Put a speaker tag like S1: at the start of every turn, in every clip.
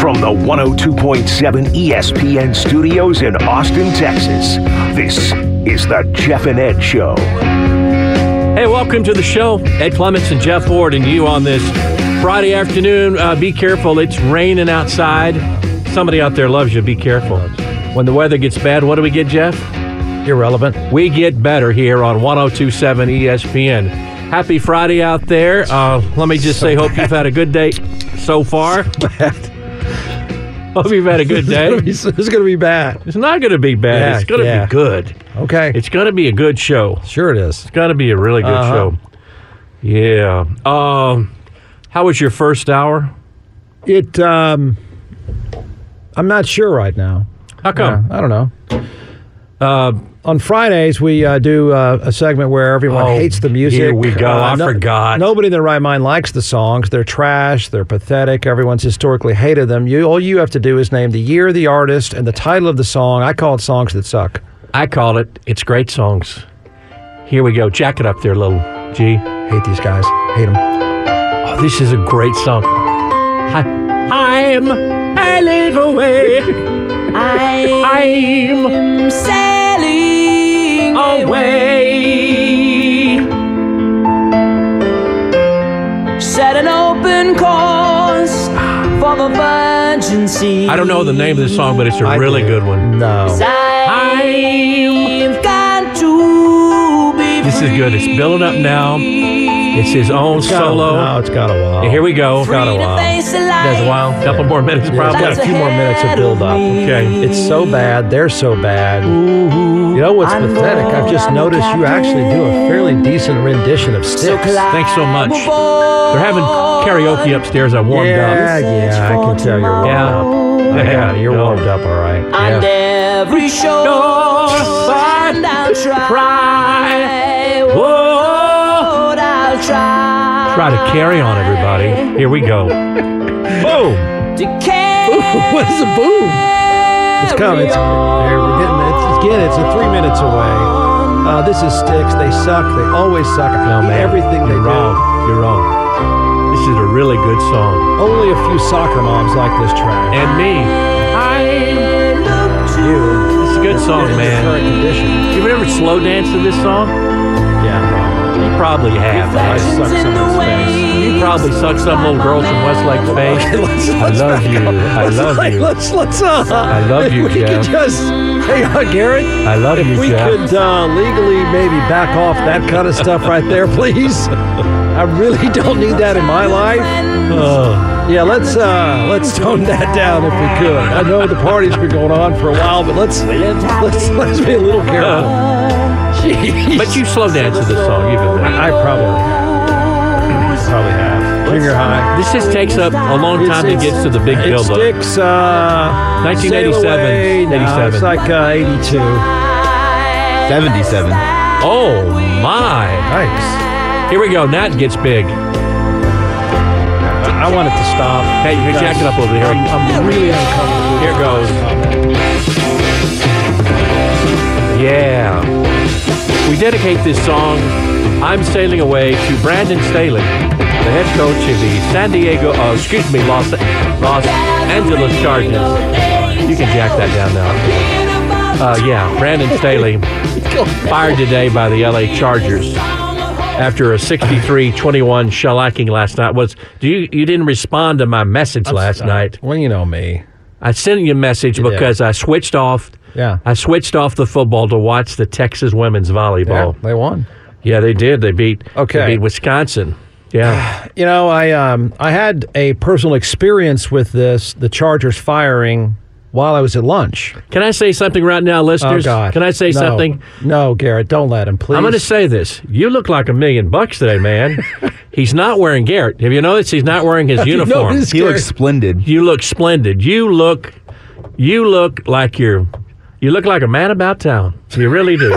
S1: From the 102.7 ESPN studios in Austin, Texas, this is the Jeff and Ed Show.
S2: Hey, welcome to the show. Ed Clements and Jeff Ward and you on this Friday afternoon. Uh, be careful. It's raining outside. Somebody out there loves you. Be careful. When the weather gets bad, what do we get, Jeff?
S3: Irrelevant.
S2: We get better here on 1027 ESPN. Happy Friday out there. Uh, let me just say, hope you've had a good day so far. hope you've had a good day.
S3: It's going to be bad.
S2: It's not going to be bad.
S3: Yeah,
S2: it's going to
S3: yeah.
S2: be good.
S3: Okay.
S2: It's going to be a good show.
S3: sure it is.
S2: It's got to be a really good
S3: Uh-huh.
S2: show. Yeah. Um, how was your first hour?
S3: It. Um, I'm not sure right now.
S2: How come?
S3: Yeah, I don't know. Uh, on Fridays, we uh, do uh, a segment where everyone
S2: Oh,
S3: hates the music. Uh,
S2: here we go. I forgot.
S3: Nobody in their right mind likes the songs. They're trash. They're pathetic. Everyone's historically hated them. You, all you have to do is name the year, the artist, and the title of the song. I call it songs that suck.
S2: I call it. It's great songs. Here we go. Jack it up there, little G.
S3: Hate these guys. Hate them.
S2: Oh, this is a great song. I, I'm a little way. I'm
S4: I'm sailing
S2: away.
S4: Set an open course for the virgin sea.
S2: I don't know the name of this song, but it's a
S3: I
S2: really
S3: do.
S2: good one.
S3: No.
S4: I've got to be
S2: This is good. It's building up now. It's his own
S3: Got a-
S2: solo.
S3: No, it's got a while.
S2: And here we go.
S3: It's got a while.
S2: That's a while. Couple more minutes, probably.
S3: got a few more minutes of build up.
S2: Okay.
S3: It's so bad. They're so bad. You know what's pathetic? I've just noticed you actually do a fairly decent rendition of Sticks.
S2: Thanks so much. They're having karaoke upstairs. I warmed
S3: yeah,
S2: up.
S3: yeah, I can tell you're warmed
S2: Yeah.
S3: up. I got it. You're
S2: No.
S3: warmed up, all right.
S4: And every show
S2: Find
S4: I'll try.
S2: Try.
S4: What
S2: Whoa.
S4: I'll try.
S2: Try to carry on, everybody. Here we go. Boom.
S4: To carry
S3: what is a boom? It's coming. It's, there, we're getting it. It's, again, it's a three minutes away.
S4: on.
S3: Uh, this is Sticks. They suck. They always suck. I
S2: No,
S3: hate
S2: man.
S3: Everything they
S2: You're wrong. You're wrong. This is a really good
S3: do.
S2: song.
S3: Only a few soccer moms like this track.
S2: And me. I.
S4: Look to
S3: you.
S2: It's a good song,
S3: in this
S2: man.
S3: Current condition.
S2: You ever ever slow dance to this song?
S3: Yeah.
S2: You probably have.
S3: I
S2: right?
S3: suck someone's face.
S2: You probably suck some little girl from Westlake's face. I love you. I love you.
S3: Let's let's. Uh,
S2: I love
S3: if
S2: you,
S3: we
S2: Jeff.
S3: could just. Hey, uh, Garrett.
S2: I love you,
S3: We
S2: Jeff.
S3: could uh, legally maybe back off that kind of stuff right there, please. I really don't need that in my life.
S2: Oh,
S3: Yeah, let's uh, let's tone that down if we could. I know the party's been going on for a while, but let's let's let's be a little careful. Jeez.
S2: but you slow dance to this song. You've been there.
S3: I probably probably have junior high.
S2: This just takes up a long time to
S3: It's-
S2: get to the big
S3: It
S2: build up.
S3: sticks. Uh,
S2: 1987,
S3: Sail Away. No, it's
S2: 87.
S3: like uh, eighty-two.
S5: 77.
S2: Oh my!
S3: Nice.
S2: Here we go. Now it gets big.
S3: I, I want it to stop.
S2: Hey, you can jack it up over there.
S3: I'm, I'm really uncomfortable.
S2: Here goes. Yeah. We dedicate this song, I'm Sailing Away, to Brandon Staley, the head coach of the San Diego, uh, excuse me, Los, Los Angeles Chargers. You can jack that down now. Uh, yeah, Brandon Staley, fired today by the LA Chargers after a 63-21 shellacking last night. Was do you you didn't respond to my message last night?
S3: Well, you know me.
S2: I sent you a message
S3: did.
S2: because I switched off.
S3: Yeah.
S2: I switched off the football to watch the Texas women's volleyball.
S3: they won.
S2: Yeah, they did. They beat.
S3: Okay.
S2: They beat Wisconsin. Yeah.
S3: You know, I um, I had a personal experience with this, the Chargers firing while I was at lunch.
S2: Can I say something right now,
S3: Oh
S2: listeners?
S3: God!
S2: Can I say
S3: No.
S2: something?
S3: No, Garrett, don't let him. Please.
S2: I'm going to say this. You look like a million bucks today, man. he's not wearing Garrett. Have you noticed he's not wearing his uniform?
S3: noticed?
S5: He looks splendid.
S2: You look splendid. You look, you look like you're, you look like a man about town. You really do.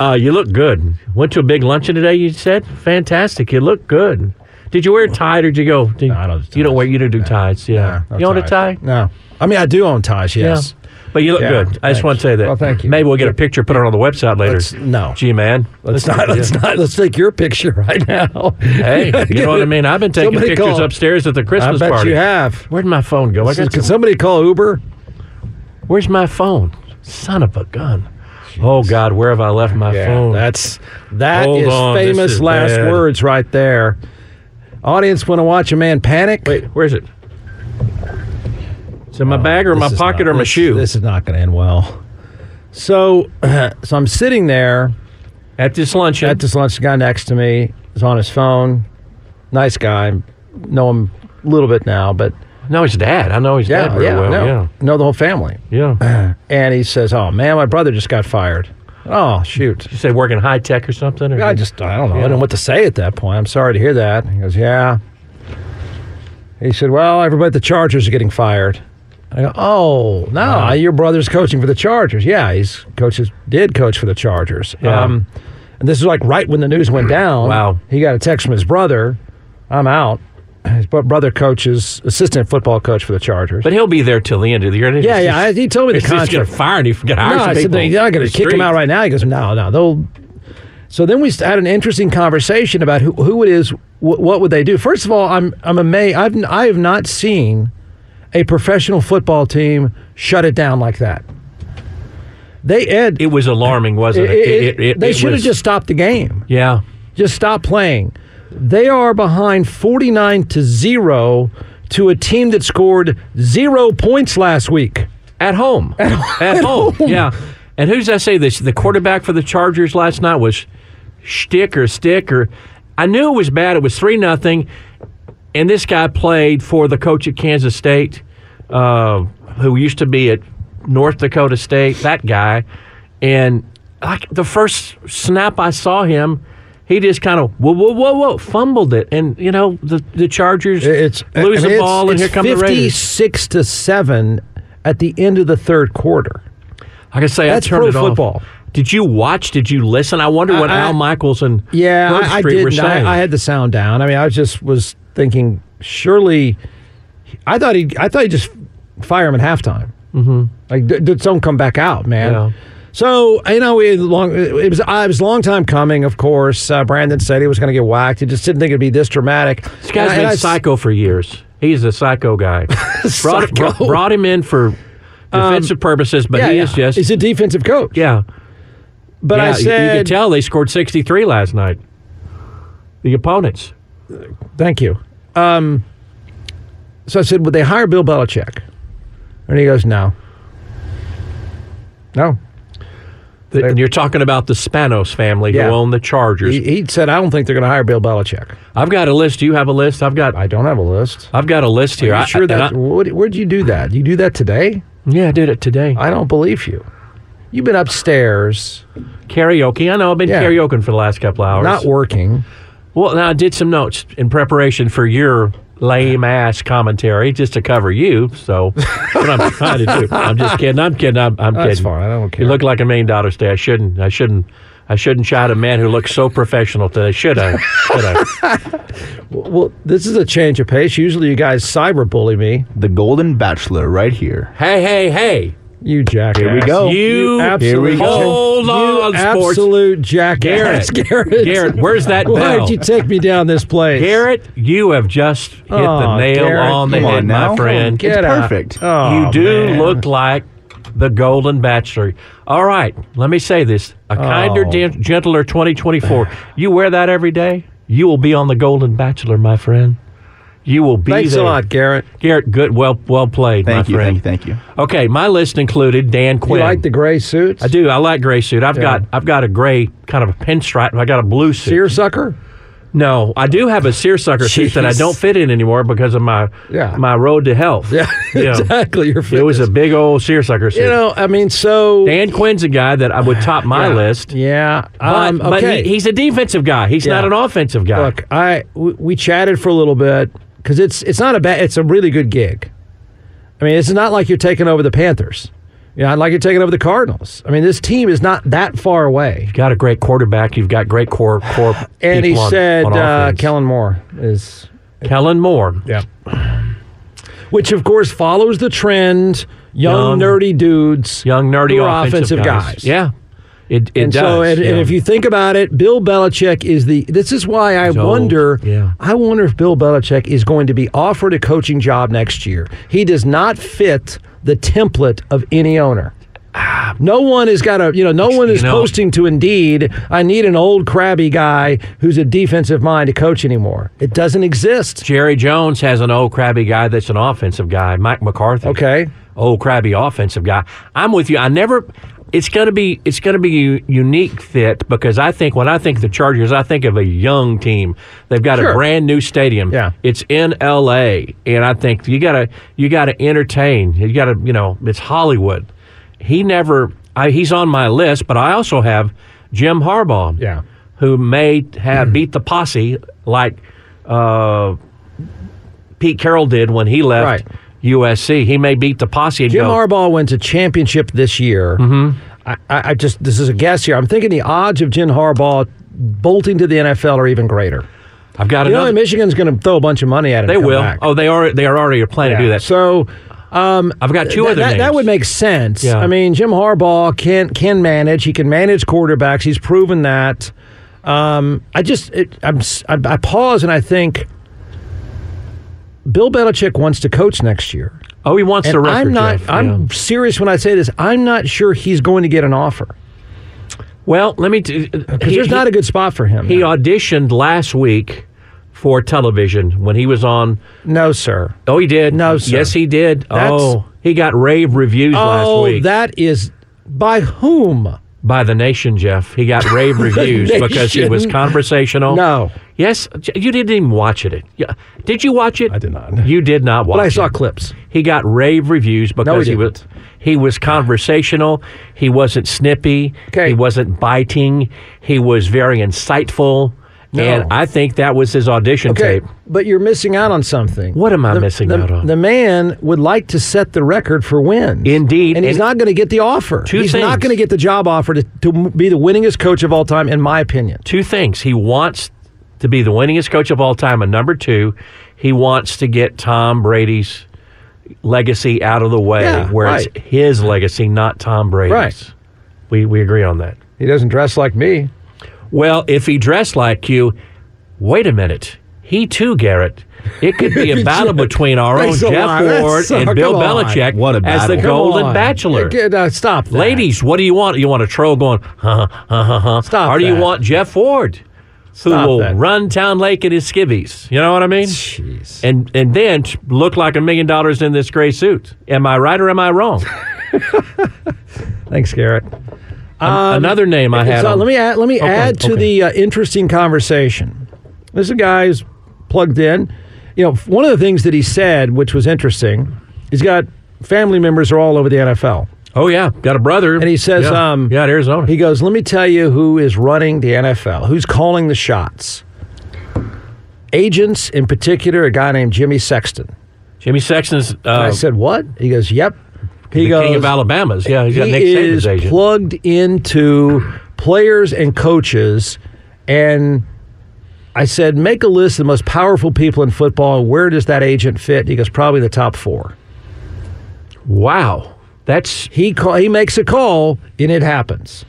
S2: uh, you look good. Went to a big luncheon today. You said fantastic. You look good. Did you wear a tie? or Did you go? Did,
S3: I don't do
S2: You don't wear.
S3: ties.
S2: You don't do ties. Yeah.
S3: No
S2: you own a tie.
S3: ties. No. I mean, I do own ties. Yes.
S2: But you look
S3: Yeah,
S2: good. I
S3: thanks.
S2: just want to say that.
S3: Well, thank you.
S2: Maybe we'll get a picture, put it on the website later.
S3: Let's- no.
S2: Gee, man.
S3: Let's not. Let's not. Let's take your picture right now.
S2: Hey, you know what I mean? I've been taking
S3: Somebody
S2: pictures
S3: call.
S2: upstairs at the
S3: I
S2: Christmas
S3: bet
S2: party.
S3: you have.
S2: Where'd my phone go? I got
S3: Can
S2: some-
S3: somebody call Uber?
S2: Where's my phone? Son of a gun. Oh, God, where have I left my phone?
S3: That's that
S2: Hold
S3: is
S2: on, this
S3: famous
S2: is
S3: last
S2: bad.
S3: words right there. Audience want to watch a man panic?
S2: Wait, where's it? Is it my bag or my
S3: Oh, This is
S2: pocket
S3: not-
S2: or my
S3: this-
S2: shoe?
S3: This is not going to end well. So, so I'm sitting there
S2: at this luncheon.
S3: at this lunch. The guy next to me is on his phone. Nice guy. Know him a little bit now, but
S2: no, his dad. I know his
S3: yeah,
S2: dad very
S3: yeah,
S2: well.
S3: no, know the whole family.
S2: Yeah. Yeah.
S3: And he says, "Oh man, my brother just got fired." Oh shoot.
S2: you say working high tech or something? Or
S3: I just, I don't know. I
S2: Yeah.
S3: didn't know what to say at that point. I'm sorry to hear that. He goes, Yeah. He said, Well, everybody at the Chargers are getting fired. I go, Oh, no, your brother's coaching for the Chargers. Yeah, he's coaches did coach for the Chargers.
S2: Yeah.
S3: Um, and this is like right when the news went down.
S2: Wow.
S3: He got a text from his brother. I'm out. His bro- brother coaches, assistant football coach for the Chargers.
S2: But he'll be there till the end of the year.
S3: yeah, yeah. I, he told me the
S2: He's just
S3: contract.
S2: going to fire and he's going to hire
S3: No,
S2: some
S3: I said,
S2: people.
S3: they're not going
S2: The
S3: to kick him
S2: streets.
S3: out right now. He goes, no, no, they'll. So then we had an interesting conversation about who, who it is, wh- what would they do. First of all, I'm I'm amazed. I've n- I have not seen a professional football team shut it down like that. They Ed,
S2: It was alarming, wasn't it?
S3: it- it-
S2: It- it-
S3: they
S2: it
S3: should have
S2: was-
S3: just stopped the game.
S2: Yeah.
S3: Just stop playing. They are behind 49 to 0 to a team that scored 0 points last week.
S2: At home. At, home. Yeah. And who's I say this? The quarterback for the Chargers last night was Stick or Stick or I knew it was bad. It was three nothing. And this guy played for the coach at Kansas State, uh, who used to be at North Dakota State. That guy, and like the first snap I saw him, he just kind of whoa whoa whoa whoa fumbled it, and you know the the Chargers
S3: It's I
S2: lose
S3: mean,
S2: the
S3: it's-
S2: ball, and
S3: it's
S2: here come the Raiders.
S3: Fifty-six to seven at the end of the third quarter.
S2: Like I say,
S3: That's
S2: I turned
S3: pro
S2: it off.
S3: football.
S2: Did you watch? Did you listen? I wonder what
S3: I-
S2: Al Michaels and
S3: Yeah,
S2: Herb
S3: I, I
S2: Street were
S3: did.
S2: saying.
S3: I, I had the sound down. I mean, I just was thinking, surely, I thought he, I thought he just fire him at halftime. Mm-hmm. Like, d- d- don't come back out, man.
S2: Yeah.
S3: So you know, it, long, it was uh, it was a long time coming. Of course, uh, Brandon said he was going to get whacked. He just didn't think it'd be this dramatic.
S2: this guy's
S3: And I-
S2: been
S3: and I-
S2: psycho for years. He's a psycho guy. brought,
S3: Psycho. Um,
S2: brought, brought him in for defensive purposes, but
S3: Yeah,
S2: he
S3: yeah.
S2: is just
S3: he's a defensive coach.
S2: yeah.
S3: but
S2: yeah,
S3: I
S2: you- you, can
S3: said,
S2: tell they scored sixty three last night. The opponents.
S3: Thank you. Um, so I said, would they hire Bill Belichick? And he goes, no. No.
S2: The- and you're talking about the Spanos family
S3: Yeah.
S2: who own the Chargers.
S3: He, he said, I don't think they're going to hire Bill Belichick.
S2: I've got a list. Do you have a list? I've got.
S3: I don't have a list.
S2: I've got a list here.
S3: Are you
S2: I-
S3: sure
S2: and
S3: that?
S2: I-
S3: What, where'd you do that? You do that today?
S2: yeah, I did it today.
S3: I don't believe you. You've been upstairs,
S2: karaoke. I know I've been
S3: Yeah.
S2: karaokeing for the last couple hours.
S3: not working.
S2: Well, now I did some notes in preparation for your lame ass commentary just to cover you. So that's what I'm trying to do. I'm just kidding. I'm kidding. I'm, I'm
S3: That's
S2: kidding.
S3: fine. I don't care.
S2: You look like a million dollars today. I shouldn't. I shouldn't. I shouldn't shout at a man who looks so professional today. Should I? Should I?
S3: Well, this is a change of pace. Usually you guys cyberbully me.
S5: The Golden Bachelor right here.
S2: hey, hey, hey!
S3: You jackass.
S5: Here we go.
S2: You
S3: absolute,
S5: Here we go.
S2: Hold
S3: you
S2: on, sports.
S3: absolute jackass.
S2: Garrett. Garrett, where's that bell?
S3: Why'd you take me down this place?
S2: Garrett, you have just hit the
S3: Oh,
S2: nail
S3: Garrett,
S2: on the
S5: come
S2: head,
S5: on
S2: my
S5: now.
S2: friend.
S5: Get
S3: Get out.
S5: perfect.
S3: Oh,
S2: you do
S3: man.
S2: look like the Golden Bachelor. All right, let me say this: a
S3: Oh.
S2: kinder, gen- gentler 2024. You wear that every day, you will be on the Golden Bachelor, my friend. You will be
S3: Thanks
S2: there.
S3: a lot, Garrett.
S2: Garrett. Good, well, well played,
S5: Thank
S2: my
S5: you,
S2: friend.
S5: thank you, thank you.
S2: Okay, my list included Dan
S3: You
S2: Quinn.
S3: like the gray suits?
S2: I do. I like gray suit. I've got I've got a gray kind of a pinstripe. and I got a blue suit.
S3: Seersucker?
S2: No, I do have a seersucker tooth that I
S3: Jeez.
S2: don't fit in anymore because of my
S3: Yeah.
S2: my road to health.
S3: Yeah,
S2: You know,
S3: exactly. Your
S2: It was a
S3: fitness.
S2: big old seersucker tooth.
S3: you know. I mean, so
S2: Dan Quinn's a guy that I would top my list.
S3: yeah.
S2: But,
S3: um,
S2: but
S3: okay.
S2: he, he's a defensive guy. He's
S3: Yeah.
S2: not an offensive guy.
S3: Look, I we, we chatted for a little bit because it's it's not a bad. It's a really good gig. I mean, it's not like you're taking over the Panthers. You know, I'd like you're taking over the Cardinals. I mean, this team is not that far away.
S2: You've got a great quarterback. You've got great core core.
S3: And he
S2: people on-
S3: said
S2: on
S3: uh,
S2: offense.
S3: Kellen Moore is
S2: Kellen Moore.
S3: yeah, which of course follows the trend.
S2: Young-
S3: Young, nerdy dudes,
S2: Young nerdy
S3: who are
S2: offensive, guys. Yeah, it it
S3: and
S2: does.
S3: so, and, and
S2: yeah.
S3: if you think about it, Bill Belichick is the. This is why I
S2: old,
S3: wonder.
S2: yeah.
S3: I wonder if Bill Belichick is going to be offered a coaching job next year. He does not fit the template of any owner. No one has got a, you know, no one is
S2: know-
S3: posting to Indeed. I need an old crabby guy who's a defensive mind to coach anymore. It doesn't exist.
S2: Jerry Jones has an old crabby guy that's an offensive guy, Mike McCarthy.
S3: Okay.
S2: Old crabby offensive guy. I'm with you. I never it's going to be it's going to be u- unique fit because I think when I think of the Chargers, I think of a young team. They've got
S3: Sure.
S2: a brand new stadium.
S3: Yeah.
S2: It's in LA and I think you got to you got to entertain. You got to, you know, it's Hollywood. He never I, he's on my list, but I also have Jim Harbaugh.
S3: Yeah. Mm-hmm.
S2: Who may have beat the posse like uh Pete Carroll did when he left
S3: Right.
S2: USC. He may beat the posse. And
S3: Jim
S2: go,
S3: Harbaugh wins a championship this year. Mm-hmm. I, I I just this is a guess here. I'm thinking the odds of Jim Harbaugh bolting to the NFL are even greater.
S2: I've got
S3: You know,
S2: another.
S3: Michigan's going to throw a bunch of money at him.
S2: they
S3: to come
S2: will.
S3: back.
S2: Oh, they are. They are already planning to do that.
S3: So
S2: I've got two
S3: th-
S2: other
S3: that,
S2: names.
S3: that would make sense.
S2: Yeah.
S3: I mean, Jim Harbaugh can can manage. He can manage quarterbacks. He's proven that. Um, I just it, I'm s- I, I pause and I think Bill Belichick wants to coach next year.
S2: Oh, he wants
S3: And
S2: the record.
S3: I'm not.
S2: Jeff.
S3: I'm
S2: Yeah.
S3: serious when I say this. I'm not sure he's going to get an offer
S2: Well, let me. T- he,
S3: because there's
S2: he-
S3: not a good spot for him.
S2: He
S3: now.
S2: auditioned last week for television when he was on.
S3: no, sir.
S2: Oh, he did.
S3: No, sir.
S2: Yes, he did.
S3: That's-
S2: oh, he got rave reviews
S3: Oh,
S2: last week
S3: that is by whom?
S2: by the nation, Jeff. He got rave reviews because he was
S3: Nation.
S2: conversational.
S3: No.
S2: Yes, J- you didn't even watch it. Yeah. Did you watch it? I
S3: did not.
S2: You did not watch
S3: But I
S2: it.
S3: saw clips.
S2: He got rave reviews because he, was
S3: didn't.
S2: he was conversational. He wasn't snippy.
S3: Okay.
S2: He wasn't biting. He was very insightful. And I think that was his audition
S3: Okay,
S2: tape.
S3: but you're missing out on something.
S2: What am I
S3: the,
S2: missing
S3: the-
S2: out on?
S3: The man would like to set the record for wins.
S2: Indeed,
S3: and he's
S2: and-
S3: not going to get the offer.
S2: Two
S3: he's not
S2: things.
S3: going to get the job offer to, to m- be the winningest coach of all time, in my opinion.
S2: Two things. He wants to be the winningest coach of all time. And number two, he wants to get Tom Brady's legacy out of the way
S3: Yeah,
S2: where
S3: right.
S2: it's his legacy, not Tom Brady's.
S3: Right.
S2: We, we agree on that.
S3: He doesn't dress like me.
S2: Well, if he dressed like you, wait a minute. He too, Garrett. It could be a battle between our own
S3: Thanks a
S2: Jeff
S3: lot. That's
S2: Ward
S3: so-
S2: and Bill
S3: come on.
S2: Belichick
S5: What a
S2: as the
S5: battle. Come
S2: Golden
S3: Come on.
S2: Bachelor.
S3: Get- uh, stop, that.
S2: Ladies, what do you want? You want a troll going, huh, huh, huh, huh?
S3: Stop
S2: Or do you
S3: that.
S2: want Jeff Ward, who
S3: Stop
S2: will
S3: that.
S2: run Town Lake in his skivvies? You know what I mean?
S3: Jeez.
S2: And and then t- look like a million dollars in this gray suit. Am I right or am I wrong?
S3: Thanks, Garrett.
S2: Another name I had.
S3: So
S2: on-
S3: Um, let me add, let me
S2: Okay,
S3: add to
S2: okay.
S3: the uh, interesting conversation. This is a guy who's plugged in. You know, one of the things that he said, which was interesting, he's got family members who are all over the NFL.
S2: Oh yeah, got a brother.
S3: And he says,
S2: yeah.
S3: um,
S2: yeah, at Arizona.
S3: He goes, "Let me tell you who is running the NFL. Who's calling the shots? Agents, in particular, a guy named Jimmy Sexton."
S2: Jimmy Sexton's.
S3: And I
S2: Uh,
S3: said, "What?" He goes, "Yep." He
S2: the
S3: goes,
S2: king of Alabama's. Yeah, he's got
S3: he
S2: Nick Saban's
S3: is
S2: agent.
S3: plugged into players and coaches and i said make a list of the most powerful people in football where does that agent fit he goes probably the top four
S2: wow, that's
S3: he call, he makes a call and it happens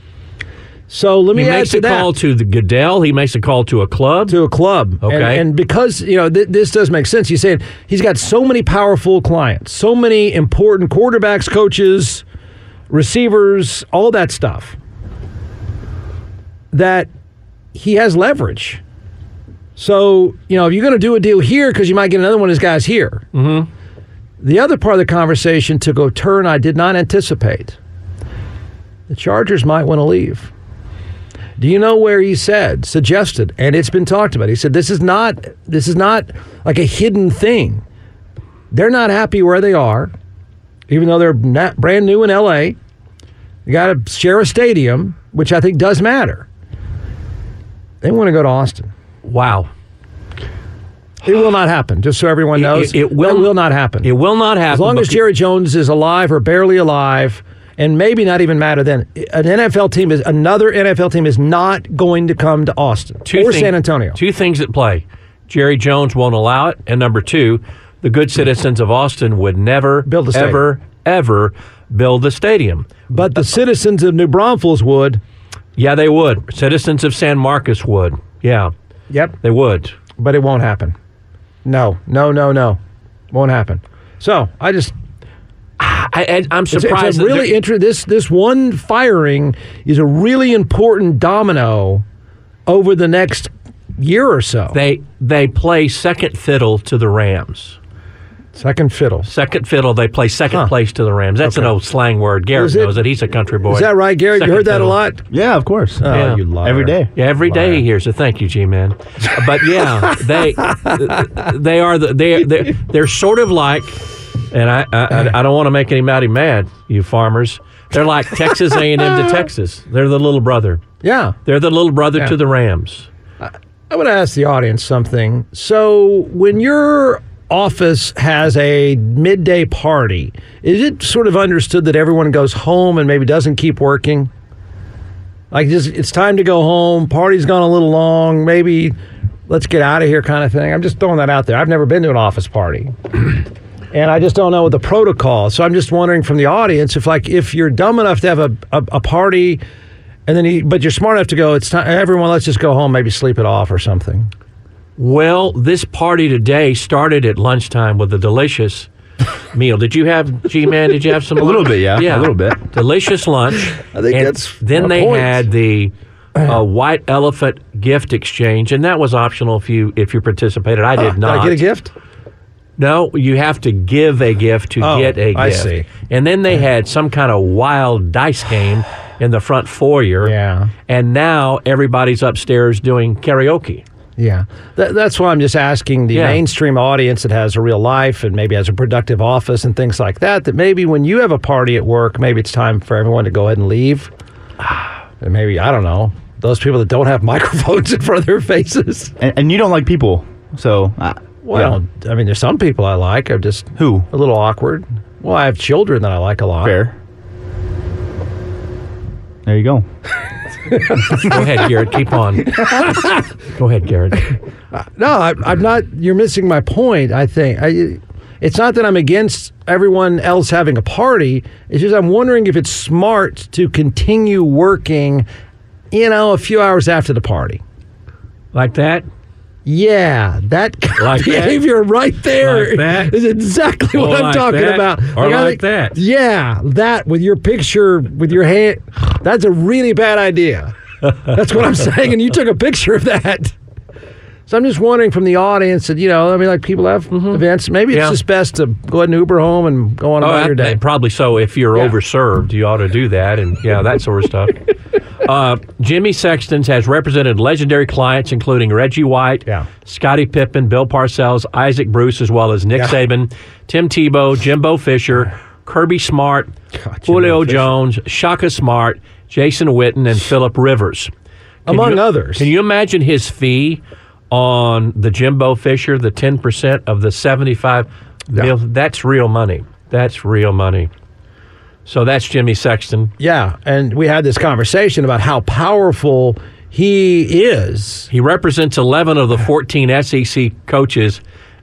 S3: so let me
S2: he
S3: add
S2: makes
S3: to
S2: a
S3: that
S2: call to the Goodell. He makes a call to a club.
S3: to a club And-
S2: Okay.
S3: and, because you know th- this does make sense he's saying he's got so many powerful clients so many important quarterbacks coaches receivers all that stuff that he has leverage. So, you know, if you're going to do a deal here because you might get another one of his guys here. Mm-hmm. The other part of the conversation took a turn I did not anticipate. The Chargers might want to leave. Do you know where he said, suggested, and it's been talked about? He said this is not this is not like a hidden thing. They're not happy where they are, even though they're not brand new in LA. You got to share a stadium, which I think does matter. They want to go to Austin.
S2: Wow.
S3: It will not happen. Just so everyone knows,
S2: it will-
S3: That will not happen.
S2: It will not happen.
S3: As long as
S2: becau-
S3: Jerry Jones is alive or barely alive, and maybe not even matter then, an NFL team is another NFL team is not going to come to Austin or
S2: thing-
S3: San Antonio.
S2: Two things at play. Jerry Jones won't allow it, and number two, the good citizens of Austin would never,
S3: Build a stadium.
S2: ever, ever build the stadium.
S3: but the citizens of New Braunfels would.
S2: Yeah, they would. Citizens of San Marcos would. Yeah,
S3: Yep.
S2: they would.
S3: But it won't happen. No, no, no, no. Won't happen. So I just
S2: I, I, I'm
S3: it's,
S2: surprised.
S3: it's a
S2: that
S3: really
S2: they're-
S3: inter- this this one firing is a really important domino over the next year or so.
S2: they they play second fiddle to the Rams.
S3: Second fiddle.
S2: Second fiddle, they play second
S3: Huh.
S2: place to the Rams. That's an
S3: Okay.
S2: old slang word. Garrett
S3: Is it-
S2: knows it. He's a country boy.
S3: Is that right, Gary? You
S2: Second
S3: heard that a
S2: fiddle.
S3: lot.
S5: Yeah, of course.
S3: Oh,
S2: Yeah.
S3: you liar.
S5: Every day.
S2: Yeah, every day here. So thank you, G man. But yeah, they they are the, they they they're sort of like, and I I, I don't want to make anybody mad, you farmers. They're like Texas A and M to Texas. They're the little brother.
S3: Yeah.
S2: They're the little brother
S3: Yeah.
S2: to the Rams.
S3: I want to ask the audience something. So, when your office has a midday party, is it sort of understood that everyone goes home and maybe doesn't keep working? Like, just it's time to go home. Party's gone a little long. Maybe let's get out of here, kind of thing. I'm just throwing that out there. I've never been to an office party, and I just don't know the protocol. So, I'm just wondering from the audience if, like, if you're dumb enough to have a a, a party. And then, he, but you're smart enough to go. It's time, everyone. Let's just go home. Maybe sleep it off or something.
S2: Well, this party today started at lunchtime with a delicious meal. Did you have G man? Did you have some?
S5: A little bit, yeah.
S2: Yeah,
S5: A little bit.
S2: Delicious lunch. I
S3: think that's
S2: Then
S3: my
S2: they
S3: point.
S2: had the uh, white elephant gift exchange, and that was optional if you if you participated. I did
S3: Uh, Did
S2: not
S3: I get a gift?
S2: No, you have to give a gift to
S3: Oh,
S2: get a gift.
S3: I see.
S2: And then they had some kind of wild dice game in the front foyer.
S3: Yeah.
S2: And now everybody's upstairs doing karaoke.
S3: Yeah, Th- that's why I'm just asking the
S2: Yeah.
S3: mainstream audience that has a real life and maybe has a productive office and things like that. That maybe when you have a party at work, maybe it's time for everyone to go ahead and leave. And maybe I don't know those people that don't have microphones in front of their faces.
S5: And, and you don't like people, so uh,
S3: Well, I mean, there's some people I like. I'm just
S5: Who?
S3: a little awkward. Well, I have children that I like a lot.
S5: yeah, fair. There you go.
S2: Go ahead, Garrett. Keep on. Go ahead, Garrett.
S3: No, I, I'm not. You're missing my point. I think I, it's not that I'm against everyone else having a party. It's just I'm wondering if it's smart to continue working, you know, a few hours after the party.
S2: Like that?
S3: Yeah, that kind of
S2: Like that?
S3: behavior right there
S2: Like that?
S3: is exactly
S2: Or
S3: what I'm
S2: like
S3: talking
S2: that?
S3: about.
S2: Or
S3: I
S2: like
S3: think-
S2: that?
S3: Yeah, that with your picture with your hand. That's a really bad idea. That's what I'm saying. And you took a picture of that. So I'm just wondering from the audience that you know, I mean, like people have events. Maybe it's
S2: Mm-hmm. Yeah. Oh,
S3: just best to go ahead and Uber home and go on about
S2: I-
S3: your day.
S2: Probably so. If you're
S3: Yeah.
S2: overserved, you ought to do that, and yeah, that sort of stuff. Uh, Jimmy Sexton has represented legendary clients including Reggie White,
S3: Yeah.
S2: Scottie Pippen, Bill Parcells, Isaac Bruce, as well as Nick Saban, Tim Tebow, Jimbo Fisher, Kirby Smart, Julio Jones, Shaka Smart, Jason Witten, and Philip Rivers. Can
S3: Among
S2: you-
S3: others.
S2: Can you imagine his fee on the Jimbo Fisher, the 10% of the 75 mil? That's real money. That's real money. So that's Jimmy Sexton.
S3: yeah, and we had this conversation about how powerful he is.
S2: He represents 11 of the 14 SEC coaches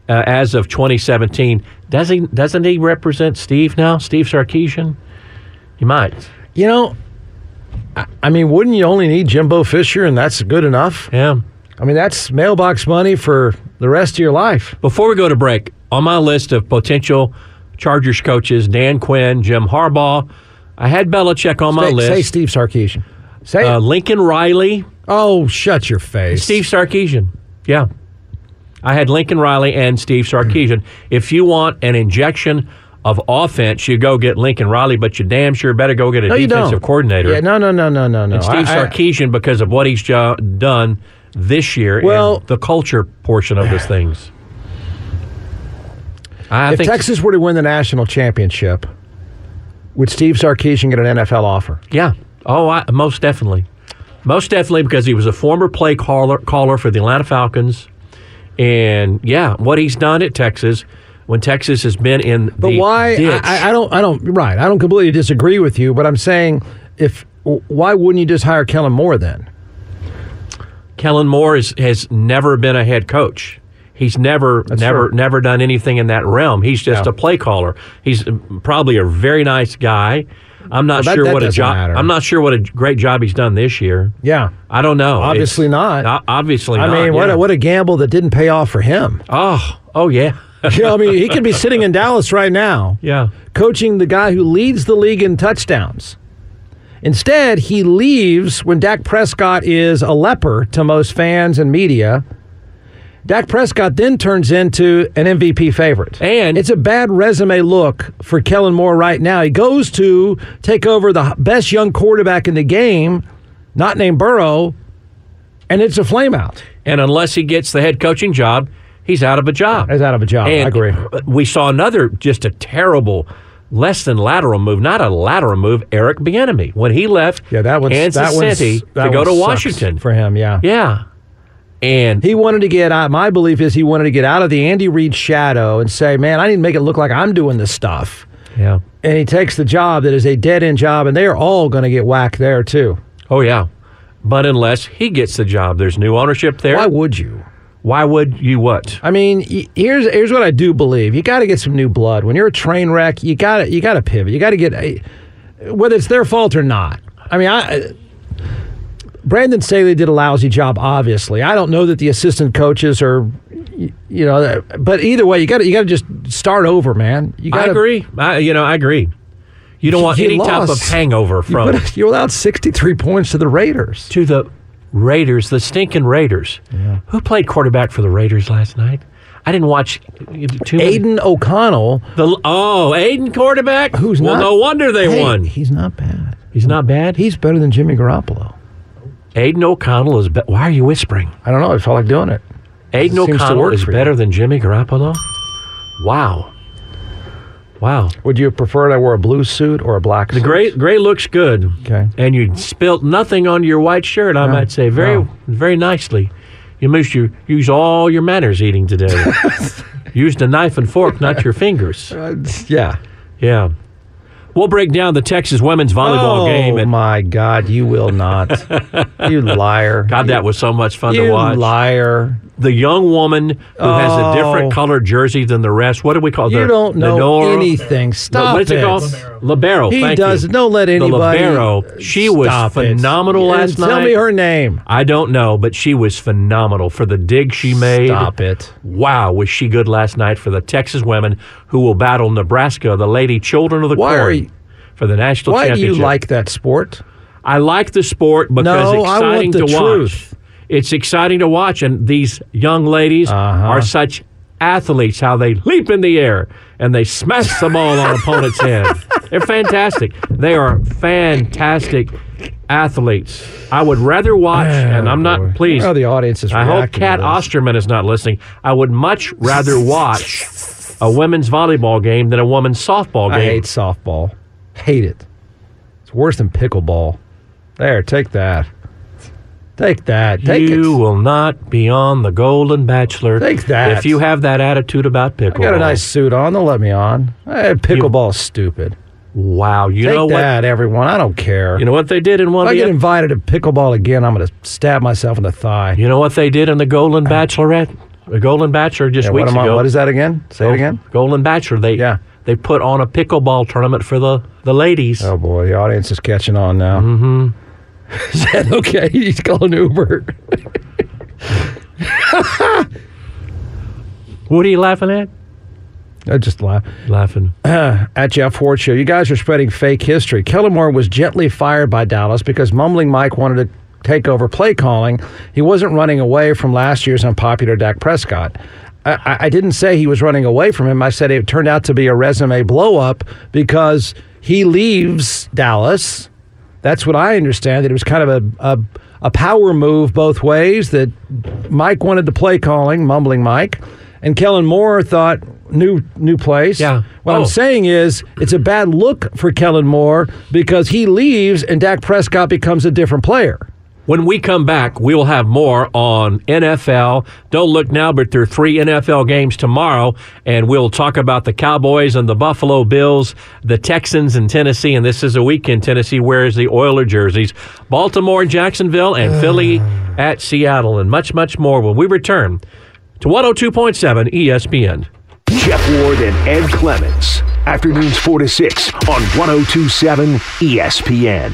S2: uh, as of 2017. Does he, doesn't he represent Steve now, Steve Sarkeesian? He might.
S3: You know, I, I mean, wouldn't you only need Jimbo Fisher, and that's good enough?
S2: Yeah.
S3: I mean, that's mailbox money for the rest of your life.
S2: Before we go to break, on my list of potential Chargers coaches, Dan Quinn, Jim Harbaugh, I had Belichick on my
S3: say, say
S2: list.
S3: Steve Sarkeesian. Say,
S2: Uh,
S3: it.
S2: Lincoln Riley,
S3: oh, shut your face,
S2: Steve Sarkeesian. Yeah. I had Lincoln Riley and Steve Sarkeesian. If you want an injection of offense, you go get Lincoln Riley, but you damn sure better go get a
S3: No, you
S2: defensive
S3: don't.
S2: coordinator.
S3: Yeah, no, no, no, no, no, no.
S2: and Steve
S3: I- I-
S2: Sarkeesian because of what he's jo- done this year
S3: Well-
S2: and the culture portion of these things. I
S3: if
S2: think
S3: Texas were to win the national championship, would Steve Sarkeesian get an NFL offer?
S2: Yeah. Oh, I, most definitely. Most definitely because he was a former play caller, caller for the Atlanta Falcons. And yeah, what he's done at Texas when Texas has been in
S3: But
S2: the
S3: why? I,
S2: ditch.
S3: I- I don't. I don't. Right. I don't completely disagree with you. But I'm saying, if why wouldn't you just hire Kellen Moore then?
S2: Kellen Moore is, has never been a head coach. He's never, never,
S3: true.
S2: never done anything in that realm. He's just
S3: Yeah.
S2: a play caller. He's probably a very nice guy. I'm not
S3: Well, that-
S2: sure
S3: that
S2: what a
S3: doesn't
S2: job.
S3: matter.
S2: I'm not sure what a great job he's done this year.
S3: Yeah.
S2: I don't know.
S3: Obviously not.
S2: o- Obviously
S3: I
S2: not.
S3: mean, what
S2: yeah.
S3: a, what a gamble that didn't pay off for him.
S2: Oh, oh yeah,
S3: You know, I mean, he could be sitting in Dallas right now,
S2: yeah.
S3: coaching the guy who leads the league in touchdowns. Instead, he leaves when Dak Prescott is a leper to most fans and media. Dak Prescott then turns into an MVP favorite.
S2: And-
S3: it's a bad resume look for Kellen Moore right now. He goes to take over the best young quarterback in the game, not named Burrow, and it's a flameout.
S2: And unless he gets the head coaching job, he's out of a job.
S3: He's out of a job. I
S2: And
S3: agree.
S2: We saw another just a terrible, less than lateral move, not a lateral move. Eric Bieniemy when he left,
S3: Yeah, that one's
S2: Kansas
S3: that one's,
S2: City
S3: that
S2: to go
S3: one
S2: to
S3: sucks
S2: Washington.
S3: for him. Yeah,
S2: yeah, and
S3: he wanted to get out. My belief is he wanted to get out of the Andy Reid shadow and say, "Man, I need to make it look like I'm doing this stuff."
S2: yeah,
S3: And he takes the job that is a dead end job, and they are all going to get whacked there too.
S2: oh yeah. But unless he gets the job, there's new ownership there.
S3: Why would you?
S2: Why would you what?
S3: I mean, y- here's here's what I do believe. You got to get some new blood. When you're a train wreck, you got to you got to pivot. You got to get a, whether it's their fault or not. I mean, I eh, Brandon Staley did a lousy job. Obviously, I don't know that the assistant coaches are, y- you know, eh, but either way, you got to you got to just start over, man. You got
S2: I agree. I, you know, I agree. You don't want
S3: You
S2: any type of
S3: lost.
S2: hangover
S3: You,
S2: from it.
S3: put- you allowed 63 points to the Raiders.
S2: to the Raiders, the stinking Raiders. Who played quarterback for the Raiders last night? I didn't watch uh, too many-
S3: Aiden O'Connell,
S2: The, oh, Aiden quarterback.
S3: who's
S2: well,
S3: not
S2: no wonder they
S3: Hey,
S2: won.
S3: He's not bad.
S2: He's not bad.
S3: He's better than Jimmy Garoppolo.
S2: Aiden O'Connell is. Be- Why are you whispering?
S3: I don't know. I felt like doing it.
S2: Aiden
S3: Seems to
S2: O'Connell
S3: work
S2: is
S3: for you.
S2: better than Jimmy Garoppolo. Wow. Wow.
S3: Would you have preferred I wore a blue suit or a black suit?
S2: Gray, gray looks good.
S3: Okay.
S2: And you spilt nothing on your white shirt, I might say, very,
S3: no.
S2: very nicely. You must you use all your manners eating today. Used a knife and fork, not your fingers.
S3: yeah.
S2: Yeah. We'll break down the Texas women's volleyball
S3: oh
S2: game. And
S3: my God, you will not. you liar.
S2: God, that was so much fun
S3: you
S2: to watch.
S3: liar.
S2: The young woman who has a different
S3: Oh.
S2: colored jersey than the rest. What do we call
S3: You
S2: the,
S3: don't
S2: the
S3: know
S2: Nora-
S3: anything. Stop
S2: No, what is it,
S3: it.
S2: called? Libero.
S3: He
S2: thank
S3: does.
S2: You.
S3: Don't let anybody.
S2: The libero. She was
S3: Stop it.
S2: phenomenal
S3: You
S2: last
S3: didn't tell
S2: night.
S3: me her name.
S2: I don't know, but she was phenomenal for the dig she made.
S3: Stop it.
S2: Wow, was she good last night for the Texas women who will battle Nebraska, the Lady Children of the
S3: Why are
S2: Corn,
S3: you-
S2: for the national
S3: Why do
S2: championship.
S3: you like that sport?
S2: I like the sport because
S3: No,
S2: it's
S3: I want
S2: exciting
S3: the
S2: to
S3: truth.
S2: watch. It's exciting to watch, and these young ladies
S3: Uh-huh.
S2: are such athletes. How they leap in the air and they smash the ball on opponent's head. They're fantastic. They are fantastic athletes. I would rather watch, and I'm not pleased.
S3: Oh, the audience is
S2: I hope
S3: reacting to
S2: Kat
S3: this.
S2: Osterman is not listening. I would much rather watch a women's volleyball game than a women's softball game.
S3: I hate softball. Hate it. It's worse than pickleball. There, take that. Take that. Take it.
S2: you will not be on the Golden Bachelor.
S3: Take that.
S2: If you have that attitude about pickleball.
S3: I got a nice suit on. They'll let me on. Hey, pickleball's stupid.
S2: Wow. You
S3: Take
S2: know what?
S3: that, everyone. I don't care.
S2: You know what they did in one
S3: if
S2: of
S3: I
S2: the.
S3: get invited to pickleball again, I'm going to stab myself in the thigh.
S2: you know what they did in the Golden Bachelorette? The Golden Bachelor just
S3: Uh. Yeah, what,
S2: weeks
S3: am I-
S2: ago. Oh.
S3: what is that again? Say it again.
S2: Golden Bachelor. They
S3: Yeah.
S2: they put on a pickleball tournament for the the ladies.
S3: Oh boy, the audience is catching on now. Mm-hmm. Is that okay? He's calling Uber.
S2: What are you laughing at?
S3: I just laugh.
S2: Laughing.
S3: At Jeff Ford Show, you guys are spreading fake history. Kellamore was gently fired by Dallas because Mumbling Mike wanted to take over play calling. He wasn't running away from last year's unpopular Dak Prescott. I, I- I didn't say he was running away from him. I said it turned out to be a resume blow up because he leaves Dallas. That's what I understand. That it was kind of a, a a power move both ways. That Mike wanted the play calling, mumbling Mike, and Kellen Moore thought new new place.
S2: Yeah.
S3: What
S2: Oh.
S3: I'm saying is it's a bad look for Kellen Moore because he leaves and Dak Prescott becomes a different player.
S2: When we come back, we will have more on NFL. Don't look now, but there are three NFL games tomorrow, and we'll talk about the Cowboys and the Buffalo Bills, the Texans in Tennessee, and this is a week in Tennessee. Where's the Oiler jerseys? Baltimore and Jacksonville, and
S6: Ah.
S2: Philly at Seattle, and much, much more when we return to 102.7 ESPN.
S1: Jeff Ward and Ed Clements. Afternoons 4 to 6 on 1027 ESPN.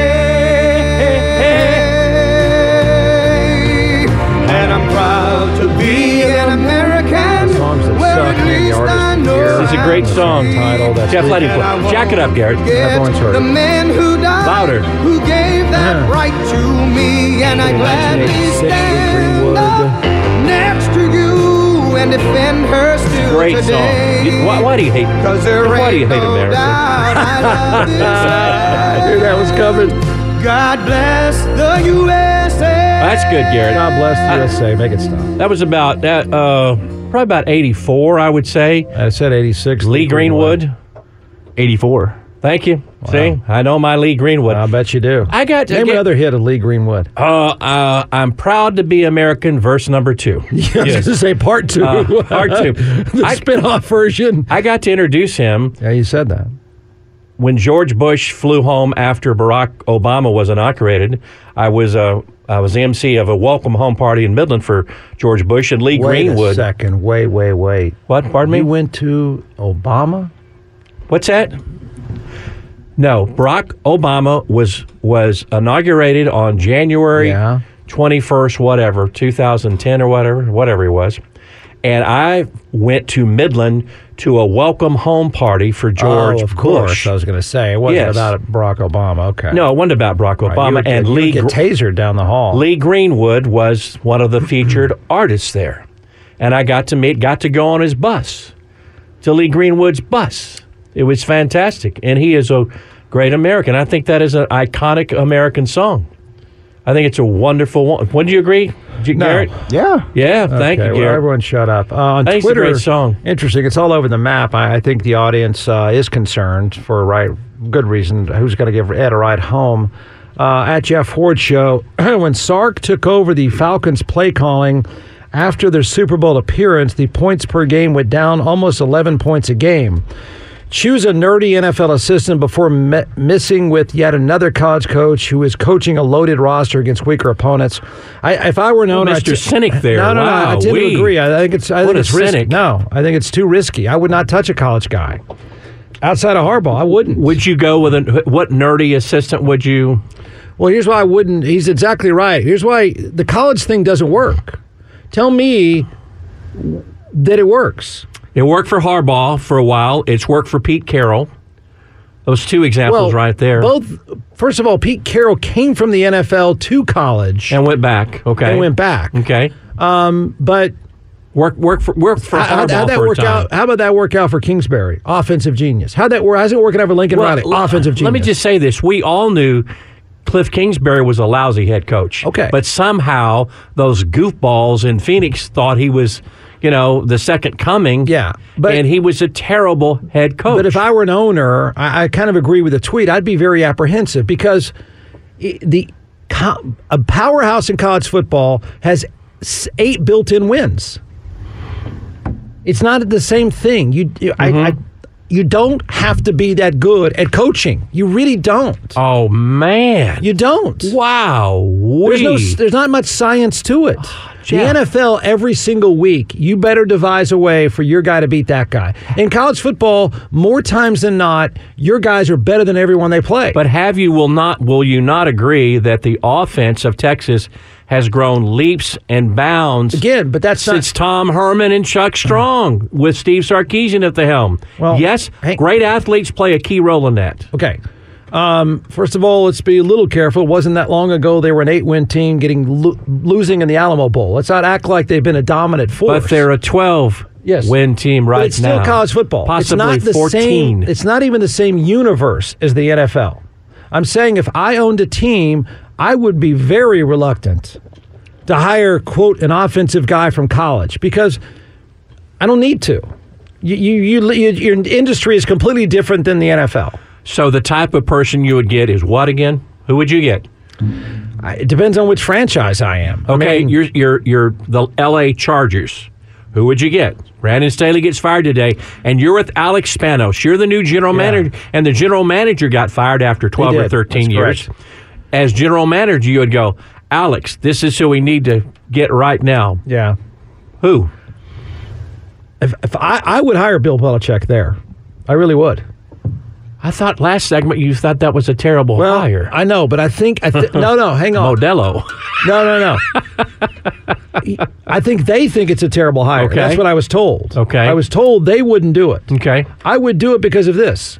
S6: And I'm proud to be an American.
S3: songs that
S6: where
S3: suck
S6: at
S3: and the
S6: least
S3: artist
S6: I
S3: of the
S6: know
S3: year.
S2: This is a great
S6: I'm
S2: song,
S6: free.
S3: title. That's
S2: Jeff, let him
S6: And I
S2: play. Jack it up,
S6: won't
S2: Garrett.
S6: forget
S3: Everyone's heard
S6: The
S3: it.
S6: man who died,
S2: Louder.
S6: who gave that
S3: Yeah.
S6: right to me, and I gladly
S3: 1986 with
S6: stand
S3: Greenwood.
S6: up next to you and defend her still
S2: Great
S6: today.
S2: song. You- Why, why do you hate?
S6: Cause there
S2: Why do you
S6: ain't
S2: hate
S6: no
S2: America?
S6: doubt I love this
S3: I knew that was coming.
S6: land. God bless the USA.
S2: That's good, Garrett.
S3: God bless the USA. Make it stop.
S2: That was about that. Uh, probably about '84, I would say.
S3: I said 86.
S2: Lee Greenwood.
S5: 84.
S2: Thank you. See, I know my Lee Greenwood.
S3: I bet you do.
S2: I got- I
S3: Um, Name
S2: get-
S3: another hit of Lee Greenwood.
S2: uh, uh, I'm proud to be American. Verse number two.
S3: I was going to say part two.
S2: Uh, part two.
S3: the
S2: I-
S3: spin-off version.
S2: I got to introduce him
S3: Yeah, you said that.
S2: when George Bush flew home after Barack Obama was inaugurated. I was uh, I was the MC of a welcome home party in Midland for George Bush and Lee
S3: Wait a
S2: Greenwood.
S3: second. Wait, wait, wait.
S2: What? Pardon me.
S3: You went to Obama?
S2: What's that? No, Barack Obama was was inaugurated on January
S3: Yeah.
S2: 21st, whatever, 2010 or whatever, whatever he was. And I went to Midland to a welcome home party for George
S3: oh, of
S2: Bush.
S3: course. I was going to say it wasn't
S2: Yes.
S3: about Barack Obama. Okay.
S2: No, I wondered about Barack
S3: Right,
S2: Obama
S3: you would get-
S2: and
S3: you
S2: Lee
S3: would get
S2: Gr-
S3: tasered down the hall.
S2: Lee Greenwood was one
S3: Mm-hmm.
S2: of the featured artists there. And I got to meet, got to go on his bus, to Lee Greenwood's bus. It was fantastic. And he is a great American. I think that is an iconic American song. I think it's a wonderful one. Wouldn't you agree, G-
S3: No.
S2: Garrett?
S5: Yeah.
S2: Yeah, thank
S3: Okay,
S2: you,
S3: well,
S2: Garrett.
S3: everyone shut up. Uh, on
S2: I think it's a
S3: Twitter,
S2: great song.
S3: Interesting. It's all over the map. I, I think the audience uh, is concerned for a right good reason. Who's going to give Ed a ride home? Uh, at Jeff Ford show, when Sark took over the Falcons play calling after their Super Bowl appearance, the points per game went down almost 11 points a game. Choose a nerdy NFL assistant before me- missing with yet another college coach who is coaching a loaded roster against weaker opponents. I, if I were known,
S2: Well,
S3: I
S2: Mr. Oh, Cynic there.
S3: No, no, no. I tend
S2: Wowee.
S3: to agree. I think it's. I
S2: What
S3: think
S2: a
S3: it's risky.
S2: cynic.
S3: No, I think it's too risky. I would not touch a college guy outside of Harbaugh. I wouldn't.
S2: Would you go with an, what nerdy assistant would you?
S3: Well, here's why I wouldn't. He's exactly right. Here's why the college thing doesn't work. Tell me that it works.
S2: It worked for Harbaugh for a while, it's worked for Pete Carroll. Those two examples right there.
S3: Both. First of all, Pete Carroll came from the NFL to college
S2: and went back. Okay.
S3: and went back.
S2: Okay.
S3: But
S2: Work, work for work for
S3: how,
S2: Harbaugh
S3: how'd that
S2: for a
S3: work
S2: time.
S3: out? How about that work out for Kingsbury? Offensive genius. How'd that work? How's it working out for Lincoln Riley?
S2: l-
S3: Offensive genius.
S2: Let me just say this: we all knew Cliff Kingsbury was a lousy head coach.
S3: Okay.
S2: but somehow those goofballs in Phoenix thought he was, you know, the second coming.
S3: Yeah, but-
S2: and he was a terrible head coach.
S3: But if I were an owner, I, I kind of agree with the tweet. I'd be very apprehensive because i- the co- a powerhouse in college football has s- eight
S2: Mm-hmm.
S3: built-in wins. It's not the same thing. You, you I, I, you don't have to be that good at coaching. You really don't.
S2: Oh man!
S3: You don't.
S2: wow,
S3: There's no. There's not much science to it. The
S2: Ah, Jeff.
S3: NFL every single week, you better devise a way for your guy to beat that guy. In college football, more times than not, your guys are better than everyone they play.
S2: But have you will not will you not agree that the offense of Texas has grown leaps and bounds
S3: again, but that's
S2: since
S3: not.
S2: Tom Herman and Chuck Strong with Steve Sarkeesian at the helm?
S3: Well,
S2: yes,
S3: hey-
S2: great athletes play a key role in that.
S3: Okay. Um, first of all, let's be a little careful. It wasn't that long ago they were an eight-win team, getting lo- losing in the Alamo Bowl. Let's not act like they've been a dominant force.
S2: But they're a twelve
S3: Yes.
S2: win team right
S3: but it's
S2: now.
S3: still college football.
S2: Possibly
S3: it's not the
S2: fourteen.
S3: same. It's not even the same universe as the NFL. I'm saying if I owned a team, I would be very reluctant to hire quote an offensive guy from college because I don't need to. You, you, you, you your industry is completely different than the NFL.
S2: so the type of person you would get is what again? Who would you get?
S3: I, it depends on which franchise I am. I
S2: Okay,
S3: mean,
S2: you're you're you're the L.A. Chargers. Who would you get? Brandon Staley gets fired today, and you're with Alex Spanos. You're the new general manager, and the general manager got fired after 12 or
S3: did.
S2: 13
S3: That's
S2: years. As general manager, you would go, Alex, this is who we need to get right now.
S3: yeah.
S2: Who?
S3: If, if I, I would hire Bill Belichick there, I really would.
S2: I thought last segment you thought that was a terrible
S3: Well,
S2: hire.
S3: I know, but I think I th- no, no. Hang on.
S2: Modelo.
S3: No, no, no. I think they think it's a terrible hire.
S2: Okay.
S3: That's what I was told.
S2: Okay.
S3: I was told they wouldn't do it.
S2: Okay.
S3: I would do it because of this.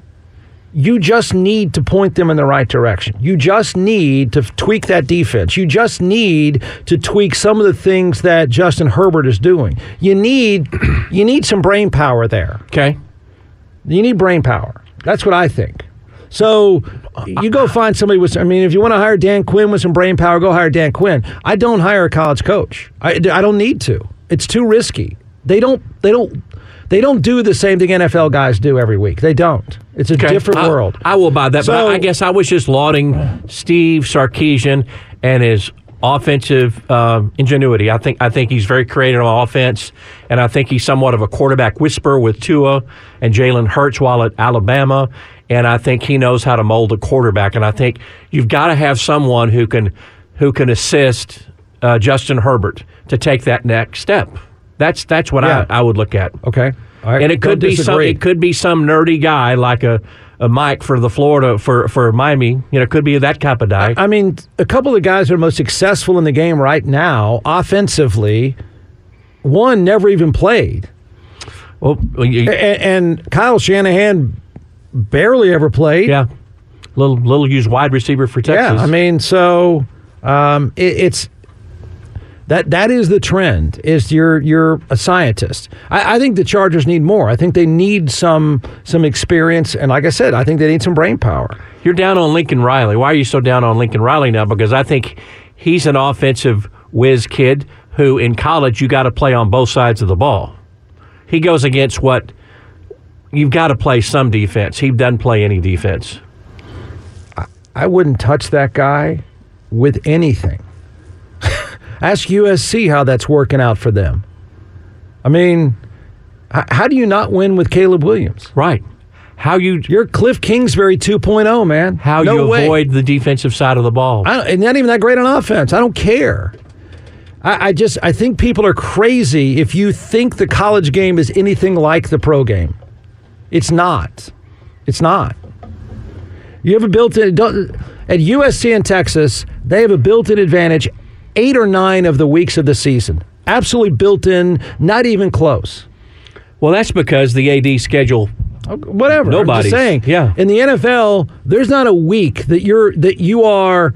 S3: You just need to point them in the right direction. You just need to tweak that defense. You just need to tweak some of the things that Justin Herbert is doing. You need you need some brain power there.
S2: Okay.
S3: You need brain power. That's what I think. So you go find somebody with. I mean, if you want to hire Dan Quinn with some brain power, go hire Dan Quinn. I don't hire a college coach. I, I don't need to. It's too risky. They don't. They don't. They don't do the same thing NFL guys do every week. They don't. It's a
S2: Okay. Uh,
S3: different
S2: I-
S3: world.
S2: I will buy that, but
S3: So-
S2: I- I guess I was just lauding Steve Sarkeesian and his offensive uh, ingenuity. I think I think he's very creative on offense, and I think he's somewhat of a quarterback whisperer with Tua and Jalen Hurts while at Alabama. And I think he knows how to mold a quarterback. And I think you've got to have someone who can who can assist uh, Justin Herbert to take that next step. That's that's what
S3: Yeah.
S2: I, I would look at
S3: okay. All right.
S2: and it
S3: Don't
S2: could be some
S3: disagree.
S2: it could be some nerdy guy like a, a Mike for the Florida for for Miami. You know, it could be that type of guy.
S3: I mean, a couple of the guys who are most successful in the game right now, offensively, one never even played.
S2: well, Oh, well, you-
S3: and, and Kyle Shanahan barely ever played.
S2: yeah, little little used wide receiver for Texas.
S3: yeah. I mean, so um, it, it's that that is the trend. Is you're you're a scientist. I, I think the Chargers need more. I think they need some some experience, and like I said, I think they need some brain power.
S2: you're down on Lincoln Riley. Why are you so down on Lincoln Riley now? Because I think he's an offensive whiz kid who, in college, you got to play on both sides of the ball. He goes against what you've got to play some defense. He doesn't play any defense.
S3: I wouldn't touch that guy with anything. Ask USC how that's working out for them. I mean, h- how do you not win with Caleb Williams?
S2: Right? How you
S3: You're Cliff Kingsbury 2.0, man.
S2: how
S3: no
S2: Oh, you
S3: way.
S2: avoid the defensive side of the ball.
S3: I don't, and not even that great on offense. I don't care. I, I just I think people are crazy if you think the college game is anything like the pro game. It's not. It's not. You have a built-in don't, at USC and Texas. They have a built-in advantage eight or nine of the weeks of the season. Absolutely built-in. Not even close.
S2: Well, that's because the AD schedule.
S3: whatever. I'm just
S2: Nobody's.
S3: saying.
S2: Yeah.
S3: In the NFL, there's not a week that you're that you are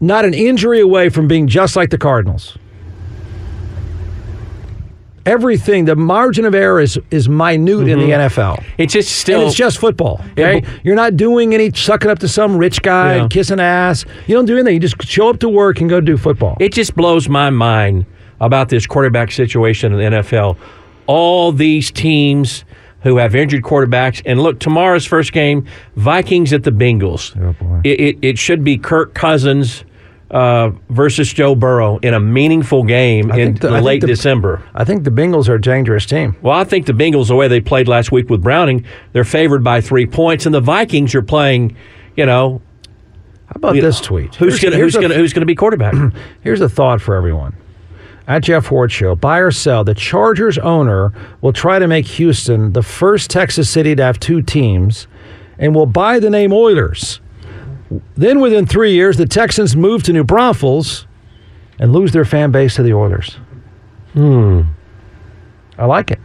S3: not an injury away from being just like the Cardinals. Everything, the margin of error is is minute
S2: Mm-hmm.
S3: in the NFL.
S2: It's just
S3: And
S2: still.
S3: it's just football.
S2: Yeah,
S3: Okay?
S2: but-
S3: You're not doing any sucking up to some rich guy
S2: Yeah.
S3: and kissing ass. You don't do anything. You just show up to work and go do football.
S2: it just blows my mind about this quarterback situation in the NFL. All these teams who have injured quarterbacks, and look, tomorrow's
S3: Oh,
S2: first game, Vikings at the Bengals. It, it, it should be Kirk Cousins. uh, versus Joe Burrow in a meaningful game in
S3: think the- I
S2: the
S3: think
S2: late
S3: the-
S2: December.
S3: I think the Bengals are a dangerous team.
S2: Well, I think the Bengals, the way they played last week with Browning, they're favored by three points, and the Vikings are playing. You know,
S3: How about
S2: you know,
S3: this tweet?
S2: Who's
S3: Here's-
S2: gonna
S3: here's
S2: who's
S3: a-
S2: gonna who's gonna be quarterback?
S3: Here's a thought for everyone. At Jeff Ward Show, buy or sell, the Chargers owner will try to make Houston the first Texas city to have two teams and will buy the name Oilers. Then within three years, the Texans move to New Braunfels and lose their fan base to the Oilers. Hmm. I like it.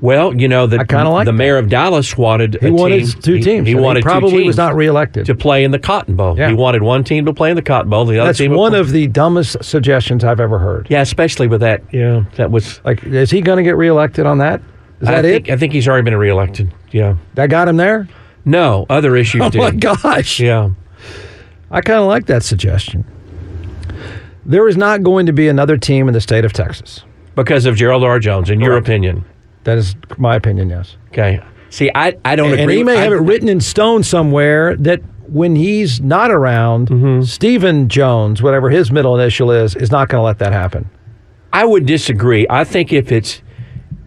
S2: well, you know the
S3: I kinda like
S2: the
S3: that.
S2: mayor of Dallas wanted
S3: He
S2: a
S3: wanted
S2: team-
S3: two teams.
S2: He, he
S3: and
S2: wanted two
S3: probably was
S2: teams
S3: not reelected.
S2: to play in the Cotton Bowl.
S3: Yeah.
S2: He wanted one team to play in the Cotton Bowl. The other
S3: That's
S2: team
S3: one of the dumbest suggestions I've ever heard.
S2: yeah, especially with that. Yeah, that was.
S3: Like, is he going to get reelected on that? Is
S2: I
S3: that
S2: think
S3: it?
S2: I think he's already been reelected. Yeah.
S3: That got him there?
S2: No other issues.
S3: Oh
S2: dude.
S3: my gosh.
S2: Yeah.
S3: I kind of like that suggestion. There is not going to be another team in the state of Texas.
S2: Because of Gerald R. Jones, in your opinion.
S3: That is my opinion, yes.
S2: Okay. See, I, I don't
S3: And,
S2: agree.
S3: he may
S2: I-
S3: have it written in stone somewhere that when he's not around,
S2: Mm-hmm.
S3: Stephen Jones, whatever his middle initial is, is not going to let that happen.
S2: I would disagree. I think if it's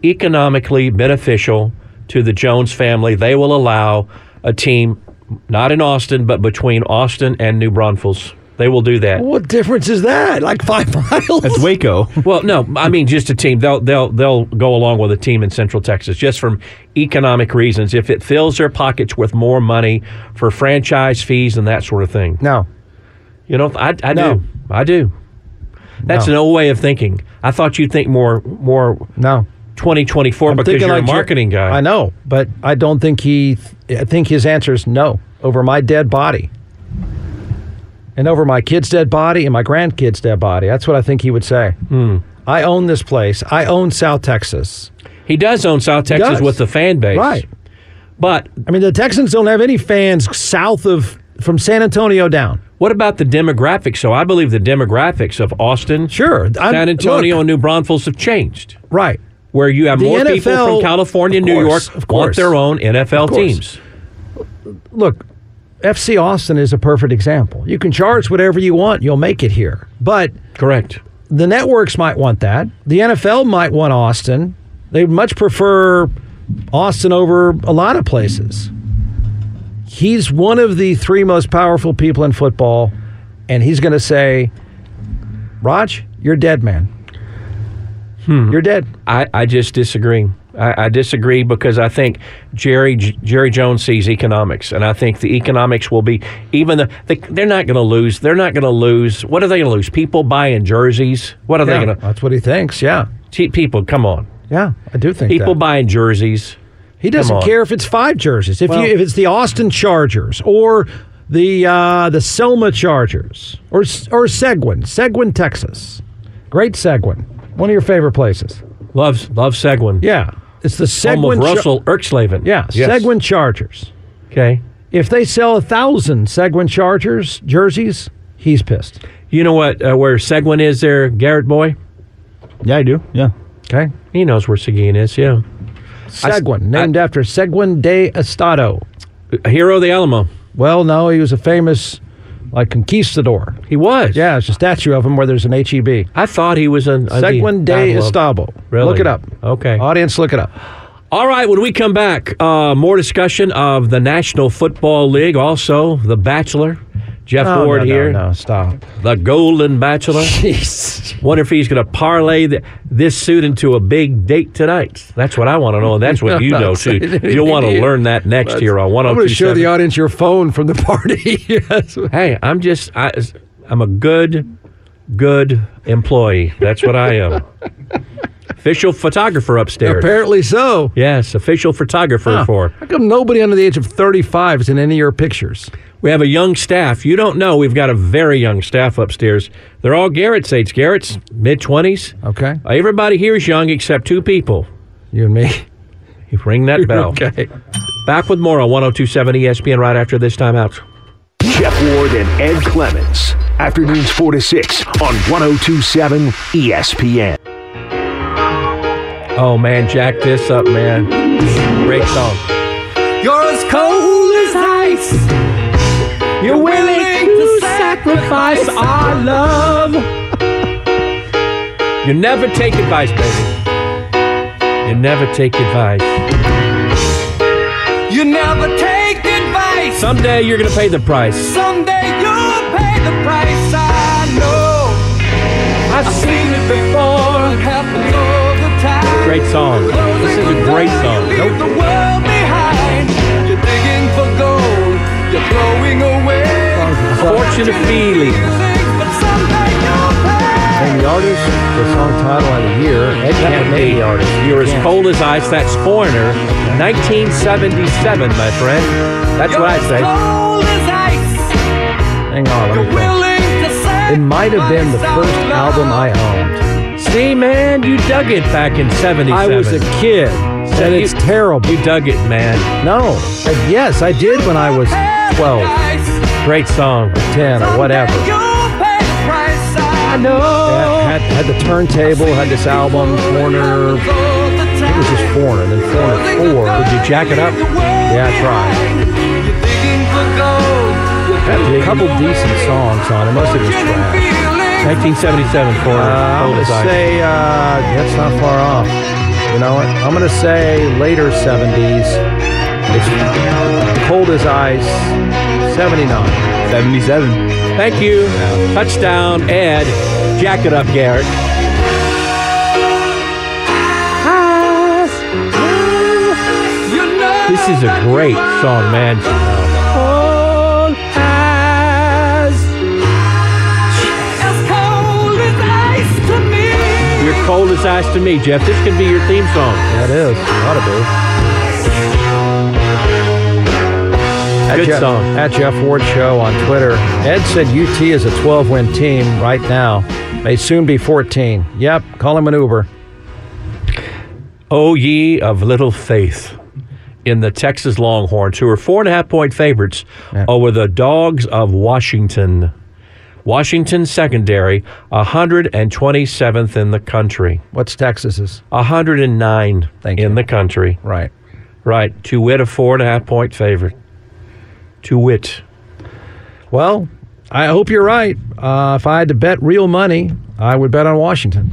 S2: economically beneficial to the Jones family, they will allow a team not in Austin, but between Austin and New Braunfels. They will do that.
S3: What difference is that? Like five miles?
S5: That's Waco.
S2: Well, no, I mean just a team. They'll they'll they'll go along with a team in Central Texas just from economic reasons. If it fills their pockets with more money for franchise fees and that sort of thing.
S3: No.
S2: You know, I, I
S3: No.
S2: do. I do. That's
S3: No.
S2: an old way of thinking. I thought you'd think more more
S3: No.
S2: 2024
S3: I'm
S2: because
S3: thinking
S2: you're
S3: like
S2: a
S3: Jer-
S2: marketing guy.
S3: I know, but I don't think he. I think his answer is no over my dead body, and over my kid's dead body and my grandkid's dead body. That's what I think he would say.
S2: Hmm.
S3: I own this place. I own South Texas.
S2: He does own South Texas
S3: does.
S2: with the fan base.
S3: Right.
S2: But
S3: I mean, the Texans don't have any fans south of from San Antonio down.
S2: what about the demographics? So I believe the demographics of Austin,
S3: Sure, I'm-
S2: San Antonio,
S3: look,
S2: and New Braunfels have changed.
S3: right?
S2: Where you have
S3: The
S2: more people
S3: NFL
S2: from California,
S3: of
S2: New
S3: course,
S2: York,
S3: of
S2: want
S3: course.
S2: their own NFL
S3: Of course.
S2: teams.
S3: Look, FC Austin is a perfect example. You can charge whatever you want. You'll make it here, but.
S2: Correct.
S3: the networks might want that. The NFL might want Austin. They much prefer Austin over a lot of places. He's one of the three most powerful people in football, and he's going to say, Raj, you're dead, man. You're dead.
S2: Hmm. I, I just disagree. I, I disagree because I think Jerry J- Jerry Jones sees economics, and I think the economics will be even the they, they're not going to lose. They're not going to lose. What are they going to lose? People buying jerseys. What are
S3: Yeah,
S2: they going to?
S3: that's what he thinks. Yeah.
S2: People, come on.
S3: Yeah, I do think
S2: People
S3: that.
S2: buying jerseys.
S3: He doesn't
S2: on.
S3: care if it's five jerseys. If
S2: Well-
S3: you if it's the Austin Chargers or the uh, the Selma Chargers or or Seguin, Seguin, Texas, great Seguin, one of your favorite places.
S2: Loves love Seguin.
S3: Yeah, it's the
S2: Home
S3: Seguin.
S2: of
S3: Char-
S2: Russell Erkslavin.
S3: yeah, Seguin Chargers.
S2: Okay.
S3: If they sell a thousand Seguin Chargers jerseys, he's pissed.
S2: You know what? Uh, where Seguin is there, Garrett boy.
S5: Yeah, I do. Yeah.
S3: Okay,
S2: He knows where Seguin is. Yeah.
S3: Seguin, named after Seguin de Estado.
S2: Hero of the Alamo.
S3: Well, no, he was a famous like conquistador.
S2: He was.
S3: Yeah, it's a statue of him where there's an E HEB.
S2: I thought he was an uh, the-
S3: Seguin de
S2: Dial of-
S3: Estabo.
S2: Really?
S3: Look it up.
S2: Okay.
S3: Audience, look it up.
S2: All right, when we come back, uh, more discussion of the National Football League, also The Bachelor. Jeff
S3: No,
S2: Ward
S3: Oh, no, no,
S2: here,
S3: No, stop.
S2: the Golden Bachelor. Wonder if he's going to parlay th- this suit into a big date tonight. That's what I want to know, and that's what you know, too. You'll want to learn that next year on
S3: I'm going to show
S2: 1027.
S3: the audience your phone from the party. yes.
S2: Hey, I'm just, I, I'm a good, good employee. That's what I am. official photographer upstairs.
S3: Apparently so.
S2: yes, official photographer
S3: Huh.
S2: for
S3: How come nobody under the age of 35 is in any of your pictures?
S2: We have a young staff. You don't know. We've got a very young staff upstairs. They're all Garrett's age. Garrett's mid 20s.
S3: Okay.
S2: Everybody here is young except two people.
S3: You and me.
S2: You ring that bell.
S3: Okay.
S2: Back with more on 1027 ESPN right after this timeout.
S1: Jeff Ward and Ed Clements. Afternoons 4 to 6 on 1027 ESPN.
S2: Oh, man. Jack this up, man. Great song.
S6: You're as cold as ice. You're willing to sacrifice. sacrifice our love.
S2: You never take advice, baby. You never take advice.
S6: You never take advice.
S2: Someday you're going to pay the price.
S6: Someday you'll pay the price. I know.
S2: I've seen it
S6: It
S2: before.
S6: happens all the time.
S2: Great song. This is a great song.
S6: You leave
S2: Nope.
S6: the world behind. You're digging for gold. You're throwing away.
S2: Fortune of Feeling.
S6: But someday you'll pay.
S3: And the artist, the song title of the year, Ed
S2: Can't be.
S3: Campaign, the artist.
S2: You're as
S3: Can't.
S2: cold as ice. That's Foreigner, 1977, my friend. That's what I say.
S6: Cold as ice.
S3: Hang on, let me go.
S6: Willing to
S3: It might have been the
S6: sacrifice
S3: first
S6: our
S3: album I
S6: love.
S3: owned.
S2: See, man, you dug it back in 77.
S3: I was a kid, and
S2: you-
S3: it's terrible.
S2: You dug it, man.
S3: No, Uh, yes, I did when I was 12,
S2: Great song.
S3: 10, or whatever.
S6: I
S3: Had, had, had the turntable, had this album, Corner. I think it was just Foreigner, then Foreigner 4.
S6: Did you
S2: jack it up?
S3: Yeah, I tried. Had a couple decent songs on it. Most of it was crap.
S2: 1977 Foreigner.
S3: Uh, I'm
S2: cold
S3: gonna
S2: as ice.
S3: say uh, that's not far off. You know what? I'm gonna say later 70s. It's cold as ice. 79.
S7: 77.
S2: Thank you. Touchdown, Ed. Jack it up, Garrett. This is a great song, man. You're cold as ice to me, Jeff. This could be your theme song.
S3: That is. Ought to be. At
S2: Good
S3: Jeff,
S2: song.
S3: At Jeff Ward Show on Twitter. Ed said UT is a 12 win team right now. May soon be 14. Yep, call him an Uber.
S2: O ye of little faith in the Texas Longhorns, who are four and a half point favorites over the Dogs of Washington. Washington secondary, 127th in the country,
S3: What's Texas's?
S2: 109
S3: Thank
S2: in
S3: you.
S2: the country.
S3: Right.
S2: Right. To wit, a four and a half point favorite. To wit.
S3: Well, I hope you're right. Uh, if I had to bet real money, I would bet on Washington.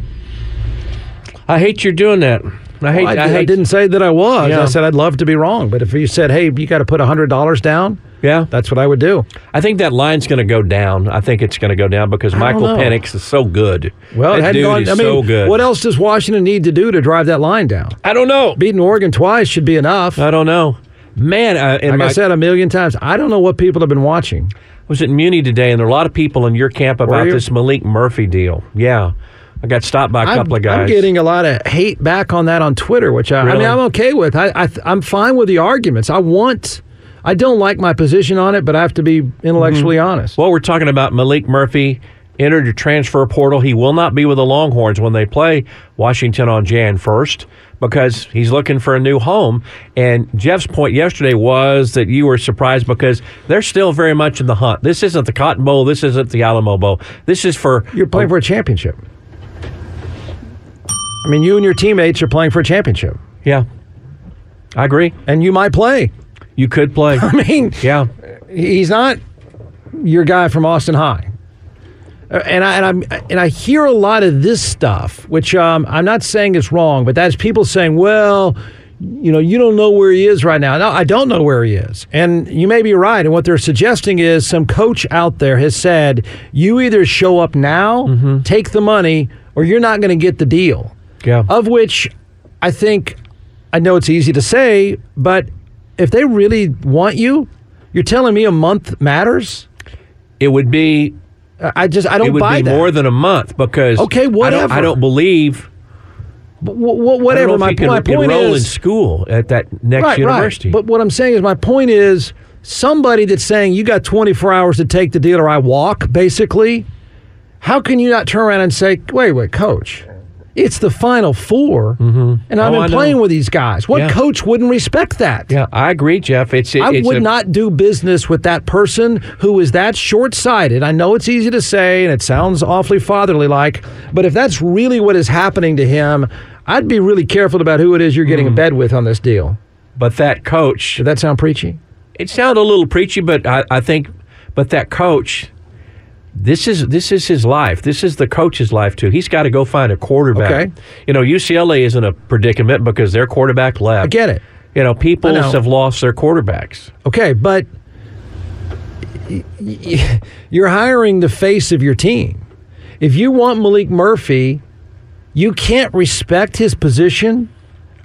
S2: I hate you're doing that. I hate.
S3: I,
S2: I,
S3: I
S2: hate.
S3: didn't say that I was.
S2: Yeah.
S3: I said I'd love to be wrong. But if you said, hey, you got to put $100 down,
S2: Yeah.
S3: that's what I would do.
S2: I think that line's going to go down. I think it's going to go down because Michael
S3: know.
S2: Penix is so good.
S3: Well, it
S2: that
S3: hadn't
S2: dude
S3: gone.
S2: is
S3: I mean,
S2: so good.
S3: what else does Washington need to do to drive that line down?
S2: I don't know.
S3: Beating Oregon twice should be enough.
S2: I don't know. Man, uh, and
S3: like
S2: Uh, my,
S3: I said a million times, I don't know what people have been watching.
S2: was at Muni today, and there are a lot of people in your camp about
S3: you?
S2: this Malik Murphy deal. Yeah, I got stopped by a
S3: I'm,
S2: couple of guys.
S3: I'm getting a lot of hate back on that on Twitter, which I, I
S2: Really?
S3: mean, I'm okay with. I, I, I'm fine with the arguments. I want, I don't like my position on it, but I have to be intellectually honest.
S2: Mm-hmm. Well, we're talking about Malik Murphy entered the transfer portal. He will not be with the Longhorns when they play Washington on Jan 1st because he's looking for a new home. And Jeff's point yesterday was that you were surprised because they're still very much in the hunt. This isn't the Cotton Bowl. This isn't the Alamo Bowl. This is for
S3: You're playing for a championship. I mean, you and your teammates are playing for a championship,
S2: yeah. I agree.
S3: and you might play.
S2: You could play.
S3: I mean,
S2: yeah.
S3: he's not your guy from Austin High. Uh, And I and I and I hear a lot of this stuff, which um, I'm not saying is wrong, but that's people saying, "Well, you know, you don't know where he is right now." No, I don't know where he is, and you may be right. And what they're suggesting is some coach out there has said, "You either show up now,
S2: Mm-hmm.
S3: take the money, or you're not going to get the deal."
S2: Yeah.
S3: Of which, I think, I know it's easy to say, but if they really want you, you're telling me a month matters.
S2: It would be
S3: I I just I don't
S2: it would
S3: buy
S2: be
S3: that.
S2: more than a month because I
S3: Okay,
S2: don't-
S3: whatever.
S2: I don't believe
S3: Wh-
S2: I
S3: wh-
S2: don't
S3: whatever.
S2: know if
S3: My,
S2: you can
S3: my point
S2: enroll in
S3: is
S2: school at that next
S3: right,
S2: university.
S3: right. But what I'm saying is my point is somebody that's saying you got 24 hours to take the deal or I walk. Basically, how can you not turn around and say, wait, wait, coach? It's the final 4 and I've
S2: Oh, I
S3: been
S2: know.
S3: playing with these guys. What
S2: Yeah.
S3: coach wouldn't respect that?
S2: Yeah, I agree, Jeff. It's it,
S3: I
S2: it's
S3: would
S2: a-
S3: not do business with that person who is that short sighted. I know it's easy to say and it sounds awfully fatherly like, but if that's really what is happening to him, I'd be really careful about who it is you're getting in
S2: Hmm.
S3: bed with on this deal.
S2: But that coach,
S3: Did that sound preachy?
S2: it sounded a little preachy, but I, I think, but that coach This is this is his life. This is the coach's life too. He's got to go find a quarterback.
S3: Okay.
S2: You know, UCLA is in a predicament because their quarterback left.
S3: I get it.
S2: You know, people
S3: I know.
S2: have lost their quarterbacks.
S3: Okay, but y- y- you're hiring the face of your team. If you want Malik Murphy, you can't respect his position.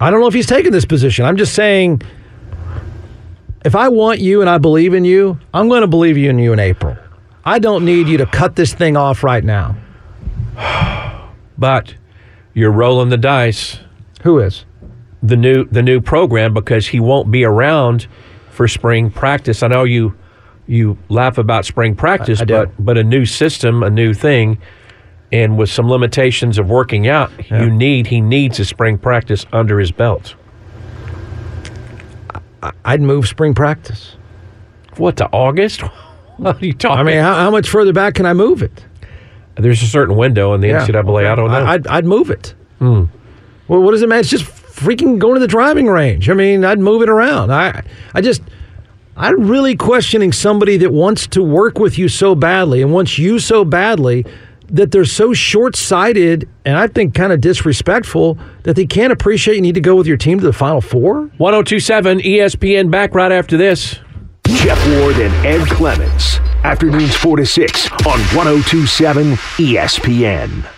S3: I don't know if he's taking this position. I'm just saying if I want you and I believe in you, I'm going to believe in you in April. I don't need you to cut this thing off right now.
S2: But you're rolling the dice.
S3: Who is?
S2: the new the new program because he won't be around for spring practice. I know you you laugh about spring practice,
S3: I do.
S2: but but a new system, a new thing, and with some limitations of working out, you need he needs a spring practice under his belt.
S3: I'd move spring practice.
S2: What to August? What are you talking?
S3: I mean, how, how much further back can I move it?
S2: there's a certain window in the
S3: Yeah,
S2: NCAA. I don't know.
S3: I, would I'd move it. Well, what does it matter? It's just freaking going to the driving range. I mean, I'd move it around. I, I just, I'm really questioning somebody that wants to work with you so badly and wants you so badly that they're so short sighted and I think kind of disrespectful that they can't appreciate you need to go with your team to the Final Four.
S2: 1027 ESPN back right after this.
S1: Jeff Ward and Ed oh E Clements. Afternoons 4 to 6 on 1027 ESPN.